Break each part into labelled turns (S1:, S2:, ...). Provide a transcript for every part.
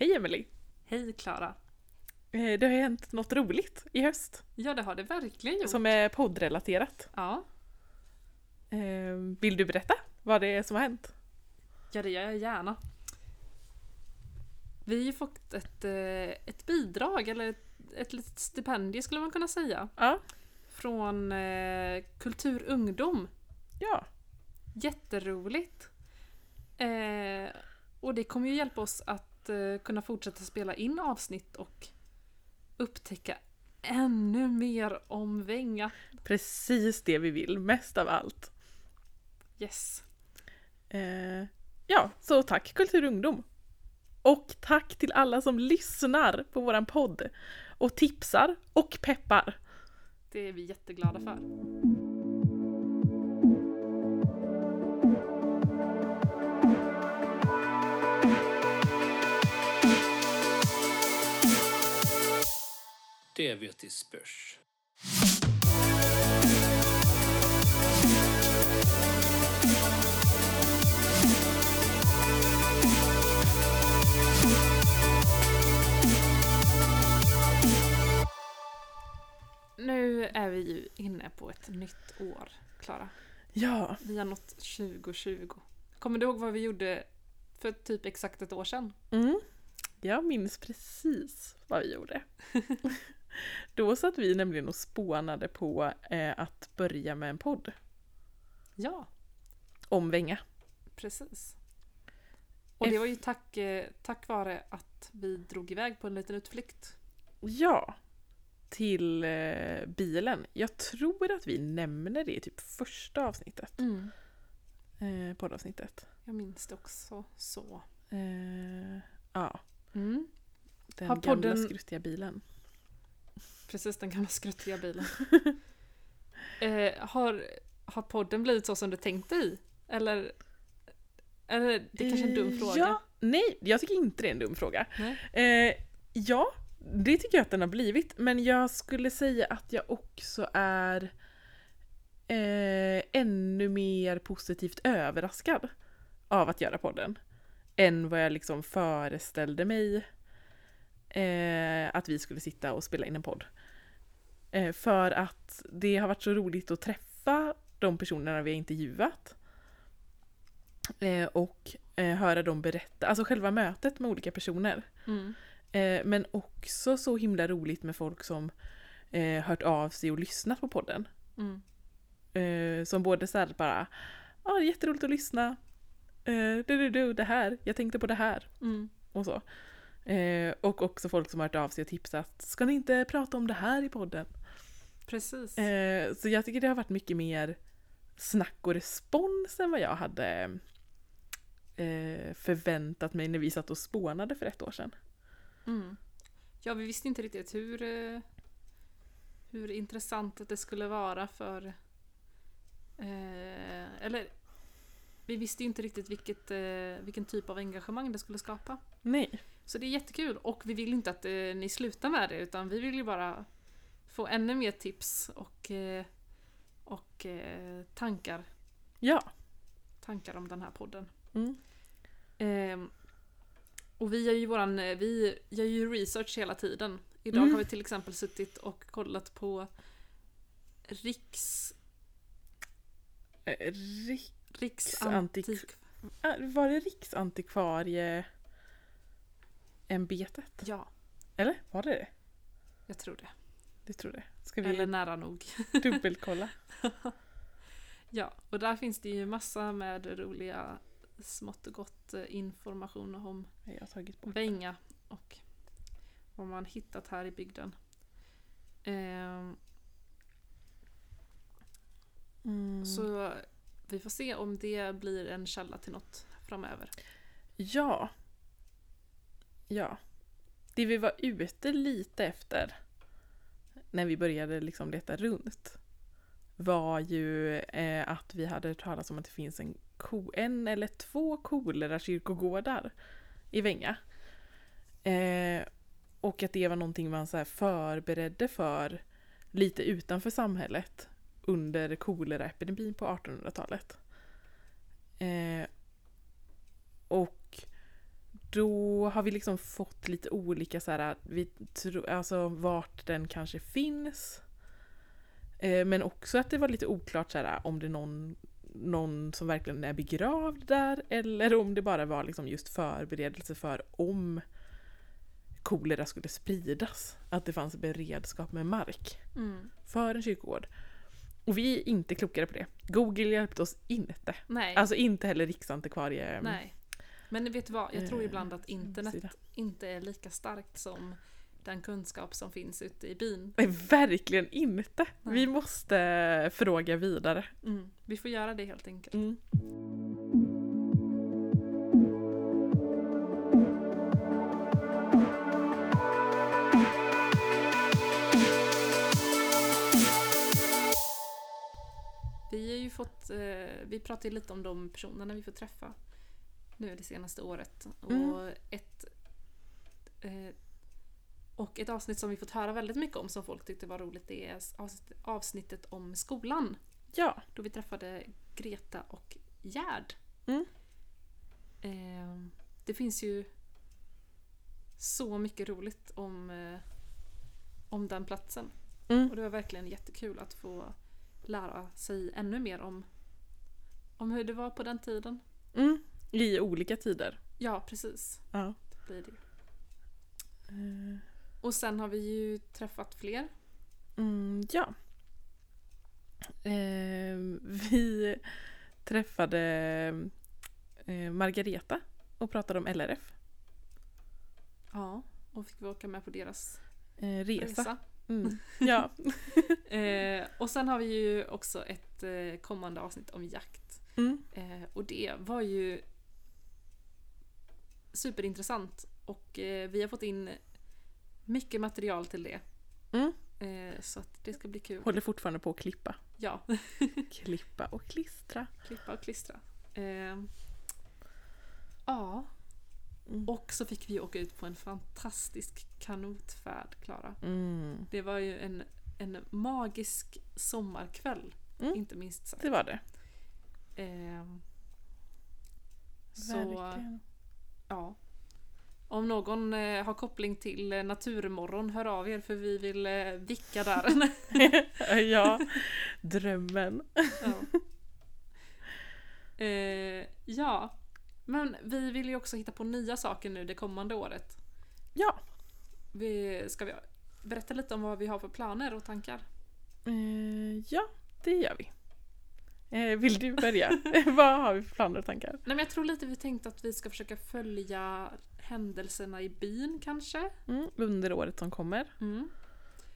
S1: Hej Emily.
S2: Hej Klara!
S1: Eh, Det har hänt något roligt i höst
S2: Ja, det har det verkligen gjort.
S1: som är poddrelaterat.
S2: Ja.
S1: Eh, Vill du berätta vad det är som har hänt?
S2: ja, det gör jag gärna. Vi har ju fått ett, eh, ett bidrag, eller ett, ett litet stipendium skulle man kunna säga,
S1: Ja.
S2: från eh, Kultur Ungdom.
S1: Ja.
S2: Jätteroligt! Eh, och det kommer ju hjälpa oss att eh, kunna fortsätta spela in avsnitt och upptäcka ännu mer om Vänga.
S1: Precis det vi vill, mest av allt.
S2: Yes!
S1: Eh, Ja, så tack Kultur Ungdom. Och tack till alla som lyssnar på våran podd och tipsar och peppar.
S2: Det är vi jätteglada för.
S3: Det vet i spörs.
S2: Nu är vi ju inne på ett nytt år, Klara.
S1: Ja,
S2: Vi har nått 2020. Kommer du ihåg vad vi gjorde för typ exakt ett år sedan?
S1: Mm. Jag minns precis vad vi gjorde. Då satt vi nämligen och spånade på eh, att börja med en podd
S2: Ja,
S1: om Vänga.
S2: precis. Och det var ju tack, eh, tack vare att vi drog iväg på en liten utflykt.
S1: Ja, till eh, bilen. Jag tror att vi nämner det i typ första avsnittet, eh, poddavsnittet.
S2: Jag minns det också så.
S1: Eh, ja,
S2: Mm.
S1: den
S2: Har
S1: gamla
S2: podden-
S1: skruttiga bilen.
S2: Precis, den gamla skruttiga bilen. eh, har, har podden blivit så som du tänkte i? Eller? eller det är kanske är en dum
S1: Eh,
S2: fråga?
S1: Ja, nej, jag tycker inte det är en dum fråga.
S2: Nej?
S1: Eh, ja, det tycker jag att den har blivit. Men jag skulle säga att jag också är eh, ännu mer positivt överraskad av att göra podden. Än vad jag liksom föreställde mig eh, att vi skulle sitta och spela in en podd. Eh, för att det har varit så roligt att träffa de personerna vi har intervjuat. Eh, och eh, höra dem berätta, alltså själva mötet med olika personer.
S2: Mm.
S1: Eh, men också så himla roligt med folk som eh, hört av sig och lyssnat på podden.
S2: Mm.
S1: Eh, som både så här bara Ja, det är jätteroligt att lyssna. Eh, du, du, du, det här. Jag tänkte på det här.
S2: Mm.
S1: Och så. Eh, och också folk som hört av sig och tipsat. Ska ni inte prata om det här i podden?
S2: Precis.
S1: Eh, så jag tycker det har varit mycket mer snack och respons än vad jag hade eh, förväntat mig när vi satt och spånade för ett år sedan.
S2: Mm. Ja, vi visste inte riktigt hur, eh, hur intressant det skulle vara för... Eh, eller, vi visste ju inte riktigt vilket, eh, vilken typ av engagemang det skulle skapa.
S1: Nej.
S2: Så det är jättekul och vi vill inte att eh, ni slutar med det utan vi vill ju bara få ännu mer tips och, eh, och eh, tankar,
S1: Ja.
S2: tankar om den här podden.
S1: Mm.
S2: Ehm, och vi gör ju våran, eh, vi gör ju research hela tiden. Idag
S1: Mm.
S2: har vi till exempel suttit och kollat på Riks,
S1: Eh, Rik,
S2: Riksantik...
S1: Riksantik- ah, var det Riksantikvarieämbetet?
S2: Ja,
S1: Eller var det det?
S2: jag tror det.
S1: Du tror det? Ska vi
S2: Eller nära nog.
S1: dubbelkolla?
S2: Ja, och där finns det ju massa med roliga smått och gott eh, information om
S1: Nej, Jag har tagit bort.
S2: Vänga och vad man hittat här i bygden. Ehm,
S1: Mm.
S2: Så vi får se om det blir en källa till något framöver.
S1: Ja. Ja. Det vi var ute lite efter när vi började liksom leta runt var ju eh, att vi hade hört talas om att det finns en, ko, en eller två kolerakyrkogårdar i Vänga. Eh, och att det var någonting man så här förberedde för lite utanför samhället under koleraepidemin på 1800-talet. Eh, och då har vi liksom fått lite olika så här, vi tro, alltså vart den kanske finns. Eh, men också att det var lite oklart så här, om det är någon, någon som verkligen är begravd där eller om det bara var liksom just förberedelse för om kolera skulle spridas. Att det fanns beredskap med mark
S2: Mm.
S1: för en kyrkogård. Och vi är inte klokare på det. Google hjälpte oss inte.
S2: Nej.
S1: Alltså inte heller Riksantikvarie...
S2: nej. Men vet du vad, jag tror
S1: Mm. eh,
S2: ibland att internet
S1: sida.
S2: inte är lika starkt som den kunskap som finns ute i byn.
S1: Nej, verkligen inte.
S2: Nej.
S1: Vi måste fråga vidare.
S2: Mm. Vi får göra det helt enkelt.
S1: Mm.
S2: Vi har ju fått, eh, vi pratade ju lite om de personerna vi får träffa nu det senaste året. Och,
S1: Mm.
S2: ett, eh, och ett avsnitt som vi fått höra väldigt mycket om som folk tyckte var roligt det är s- avsnitt- avsnittet om skolan.
S1: Ja.
S2: Då vi träffade Greta och Gerd.
S1: Mm.
S2: Eh, det finns ju så mycket roligt om, eh, om den platsen.
S1: Mm.
S2: Och det var verkligen jättekul att få lära sig ännu mer om, om hur det var på den tiden.
S1: Mm. I olika tider.
S2: Ja, precis.
S1: Ja. Eh,
S2: Det blir det. Och sen har vi ju träffat fler.
S1: Mm, ja. Eh, vi träffade eh, Margareta och pratade om LRF.
S2: Ja. Och fick vi åka med på deras
S1: Eh, resa.
S2: resa.
S1: Mm. Ja.
S2: Eh, och sen har vi ju också ett eh, kommande avsnitt om jakt.
S1: Mm.
S2: Eh, och det var ju superintressant och eh, vi har fått in mycket material till det.
S1: Mm.
S2: Eh, så att det ska bli kul.
S1: Håller fortfarande på att klippa.
S2: Ja,
S1: Klippa och klistra.
S2: klippa och klistra. Eh, ja,
S1: Mm.
S2: och så fick vi åka ut på en fantastisk kanotfärd, Klara.
S1: Mm.
S2: Det var ju en, en magisk sommarkväll,
S1: Mm.
S2: inte minst sagt.
S1: Det var det.
S2: Eh, så
S1: Verkligen.
S2: Ja. Om någon eh, har koppling till eh, Naturmorgon, hör av er för vi vill eh, vicka där.
S1: ja. Drömmen.
S2: ja. Eh, ja. Men vi vill ju också hitta på nya saker nu det kommande året.
S1: Ja.
S2: Vi, ska vi berätta lite om vad vi har för planer och tankar?
S1: Eh, ja, det gör vi. Eh, vill du börja? Vad har vi för planer och tankar?
S2: Nej men jag tror lite vi tänkte att vi ska försöka följa händelserna i byn kanske.
S1: Mm, under året som kommer.
S2: Mm.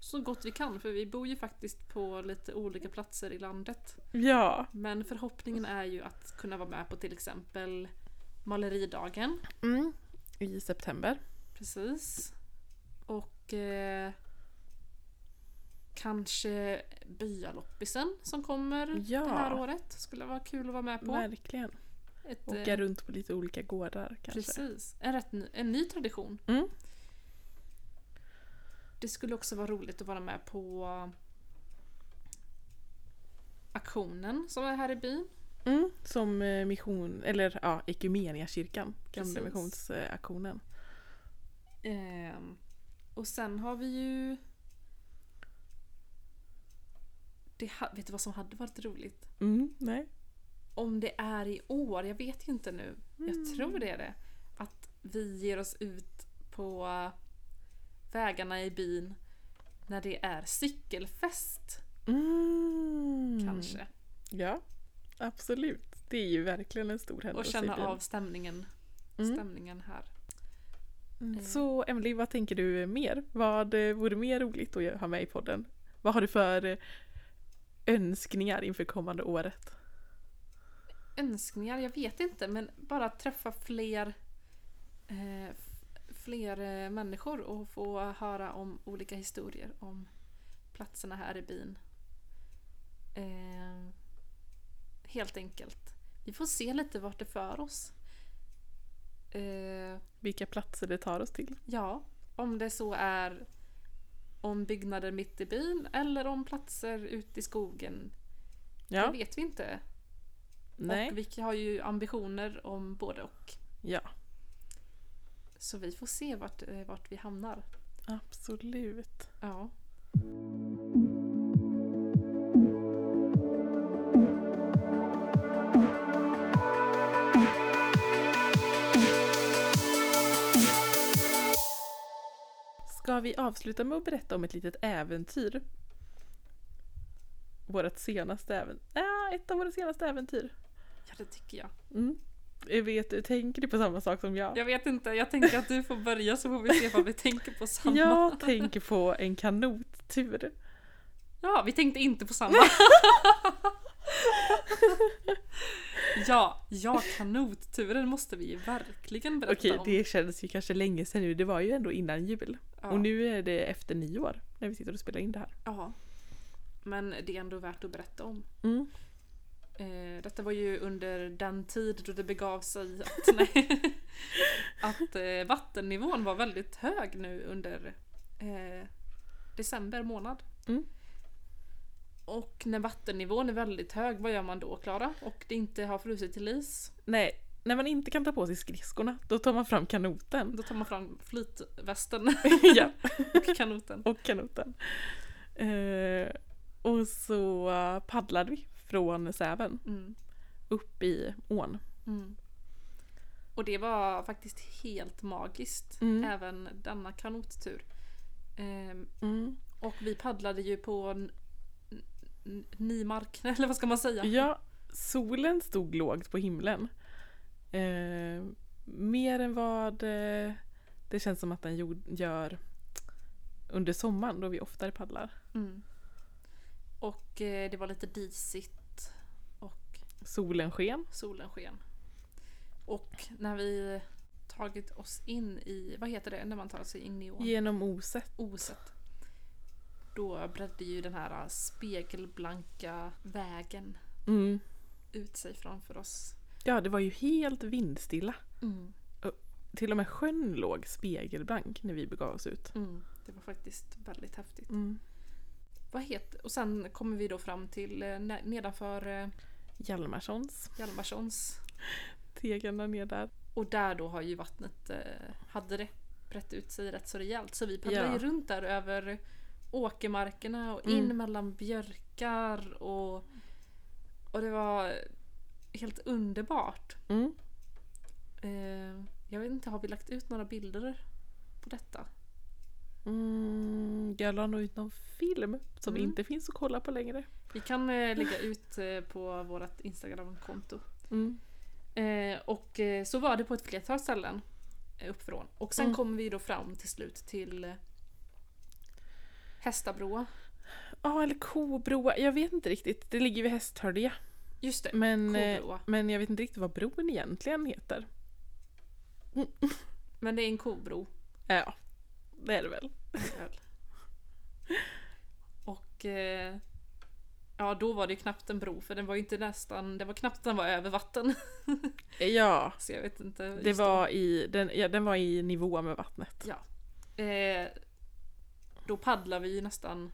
S2: Så gott vi kan för vi bor ju faktiskt på lite olika platser i landet.
S1: Ja.
S2: Men förhoppningen är ju att kunna vara med på till exempel maleridagen.
S1: Mm. I september.
S2: Precis. Och eh, kanske byaloppisen som kommer
S1: Ja.
S2: det här året. Skulle vara kul att vara med på.
S1: Verkligen.
S2: Ett, eh,
S1: Åka runt på lite olika gårdar kanske.
S2: precis. En, rätt ny, en ny tradition.
S1: Mm.
S2: Det skulle också vara roligt att vara med på aktionen som är här i byn.
S1: Mm. Som eh, mission, eller ja, ekumeniakyrkan. Gamla
S2: Precis.
S1: missionsaktionen.
S2: Ehm, och sen har vi ju... Det ha, vet du vad som hade varit roligt?
S1: Mm, nej.
S2: Om det är i år, jag vet ju inte nu. Jag
S1: Mm.
S2: tror det är det. Att vi ger oss ut på vägarna i byn när det är cykelfest
S1: Mm.
S2: kanske.
S1: Ja, absolut. Det är ju verkligen en stor
S2: Och
S1: händelse. i
S2: känna
S1: byn.
S2: av stämningen,
S1: Mm.
S2: stämningen här.
S1: Mm. Så Emily, vad tänker du mer? Vad eh, vore mer roligt att gö- ha med i podden? Vad har du för eh, önskningar inför kommande året?
S2: önskningar, jag vet inte, men bara att träffa fler eh, f- fler eh, människor och få höra om olika historier om platserna här i byn. Eh, helt enkelt. Vi får se lite vart det för oss. Eh,
S1: Vilka platser det tar oss till?
S2: ja, om det så är om byggnader mitt i byn eller om platser ute i skogen. Det
S1: Ja,
S2: vet vi inte.
S1: nej,
S2: Och vi har ju ambitioner om både och.
S1: ja.
S2: Så vi får se vart, eh, vart vi hamnar.
S1: Absolut.
S2: Ja.
S1: Ska vi avsluta med att berätta om ett litet äventyr? Vårt senaste äventyr. Ja, ett av våra senaste äventyr.
S2: ja, det tycker jag.
S1: Mm. Jag Vet, du, tänker du på samma sak som jag?
S2: Jag vet inte, jag tänker att du får börja så får vi se vad vi tänker på samma.
S1: Jag tänker på en kanottur.
S2: Ja, vi tänkte inte på samma. ja, ja, kanotturen måste vi ju verkligen berätta
S1: Okej,
S2: om.
S1: det kändes ju kanske länge sedan nu. Det var ju ändå innan jul.
S2: ja.
S1: Och nu är det efter nyår när vi sitter och spelar in det här.
S2: ja. Men det är ändå värt att berätta om.
S1: Mm.
S2: Eh, detta var ju under den tid då det begav sig att, nej, att eh, vattennivån var väldigt hög nu under eh, december månad.
S1: Mm.
S2: Och när vattennivån är väldigt hög, vad gör man då Klara? Och det inte har frusit till is?
S1: Nej, när man inte kan ta på sig skridskorna då tar man fram kanoten.
S2: Då tar man fram flytvästen
S1: ja,
S2: och kanoten.
S1: och kanoten. Eh, och så paddlade vi från Säven
S2: Mm,
S1: upp i ån.
S2: mm. Och det var faktiskt helt magiskt,
S1: Mm.
S2: även denna kanottur. Ehm,
S1: Mm.
S2: Och vi paddlade ju på n- n- Nymark, eller vad ska man säga?
S1: Ja, solen stod lågt på himlen. Eh, mer än vad eh, det känns som att den gjord- gör under sommaren då vi oftare paddlar.
S2: Mm. Och eh, det var lite disigt och
S1: Solen sken.
S2: solen sken. Och när vi tagit oss in i, vad heter det när man tar sig in i ån?
S1: Genom oset.
S2: Oset. Då bredde ju den här spegelblanka vägen
S1: Mm.
S2: ut sig framför oss.
S1: Ja, det var ju helt vindstilla. Till och med sjön låg spegelblank när vi begav oss ut.
S2: Mm. Det var faktiskt väldigt häftigt.
S1: Mm.
S2: Vad heter, och sen kommer vi då fram till eh, ne- nedanför eh,
S1: Hjalmarssons.
S2: Hjalmarssons.
S1: Tegarna ner där.
S2: Och där då har ju vattnet, eh, hade det brett ut sig rätt så rejält. Så vi paddlade
S1: Ja.
S2: ju runt där över åkermarkerna och in
S1: Mm.
S2: mellan björkar och, och det var helt underbart.
S1: Mm.
S2: Eh, jag vet inte, har vi lagt ut några bilder på detta?
S1: Mm. Jag la nog ut någon film som
S2: Mm.
S1: inte finns att kolla på längre.
S2: Vi kan eh, lägga ut eh, på vårt Instagram-konto.
S1: Mm.
S2: Eh, och eh, så var det på ett flertal ställen eh, uppifrån. Och sen
S1: Mm.
S2: kom vi då fram till slut till eh, Hästabroa.
S1: Ja, eller Kobroa. Jag vet inte riktigt. Det ligger vid Hästhölje.
S2: Just det,
S1: Men, eh,
S2: kobroa.
S1: men jag vet inte riktigt vad bron egentligen heter.
S2: Men det är en kobro.
S1: Ja, det är det väl.
S2: väl. och eh, ja, då var det ju knappt en bro för den var ju inte nästan, det var knappt den var över vatten.
S1: Ja,
S2: Så jag vet inte.
S1: det
S2: just då.
S1: var i, den, ja, den var i nivå med vattnet.
S2: Ja. Eh, då paddlade vi ju nästan,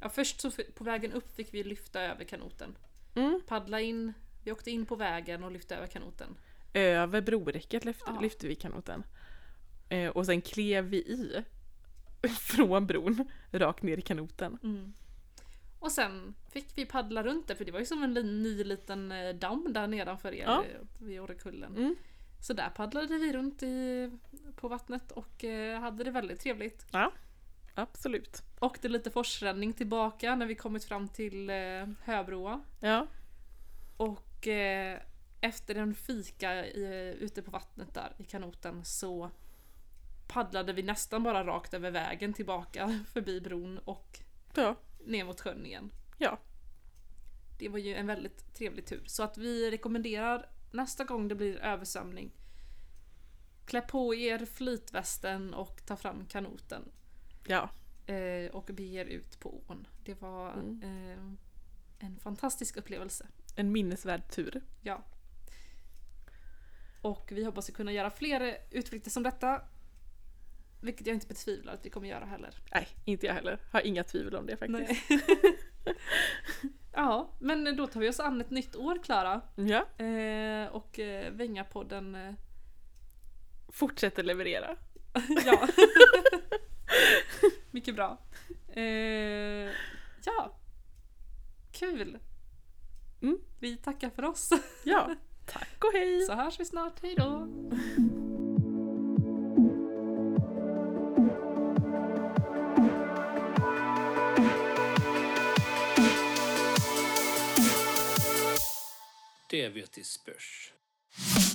S2: ja först så f- på vägen upp fick vi lyfta över kanoten.
S1: Mm.
S2: paddla in, vi åkte in på vägen och lyfte över kanoten.
S1: Över broräcket lyfte,
S2: Ja.
S1: lyfte vi kanoten. Eh, och sen klev vi i från bron rakt ner i kanoten.
S2: Och sen fick vi paddla runt där för det var ju som en li- ny liten eh, damm där nedanför er
S1: Ja.
S2: eh, vid Orrekullen.
S1: Mm.
S2: Så där paddlade vi runt i, på vattnet och eh, hade det väldigt trevligt.
S1: Absolut.
S2: Åkte lite forsränning tillbaka när vi kommit fram till eh, Höbroa.
S1: Ja.
S2: Och eh, efter en fika i, ute på vattnet där i kanoten så paddlade vi nästan bara rakt över vägen tillbaka förbi bron och
S1: ja.
S2: ner mot sjön igen.
S1: Ja.
S2: Det var ju en väldigt trevlig tur. Så att vi rekommenderar nästa gång det blir översvämning. Klä på er flytvästen och ta fram kanoten.
S1: Ja.
S2: Eh, och bege er ut på ån. Det var
S1: Mm.
S2: eh, en fantastisk upplevelse.
S1: En minnesvärd tur.
S2: Ja. Och vi hoppas att kunna göra fler utflykter som detta. Vilket jag inte betvivlar att vi kommer göra heller.
S1: Nej, inte jag heller. Har inga tvivel om det faktiskt.
S2: ja, men då tar vi oss an ett nytt år Klara.
S1: Ja.
S2: Eh, och eh, Vänga-podden eh,
S1: fortsätter leverera.
S2: ja. Mycket bra. Eh, ja. Kul.
S1: Mm.
S2: Vi tackar för oss.
S1: Ja, tack och hej!
S2: Så hörs vi snart. Hej då.
S3: Det vet i spörs.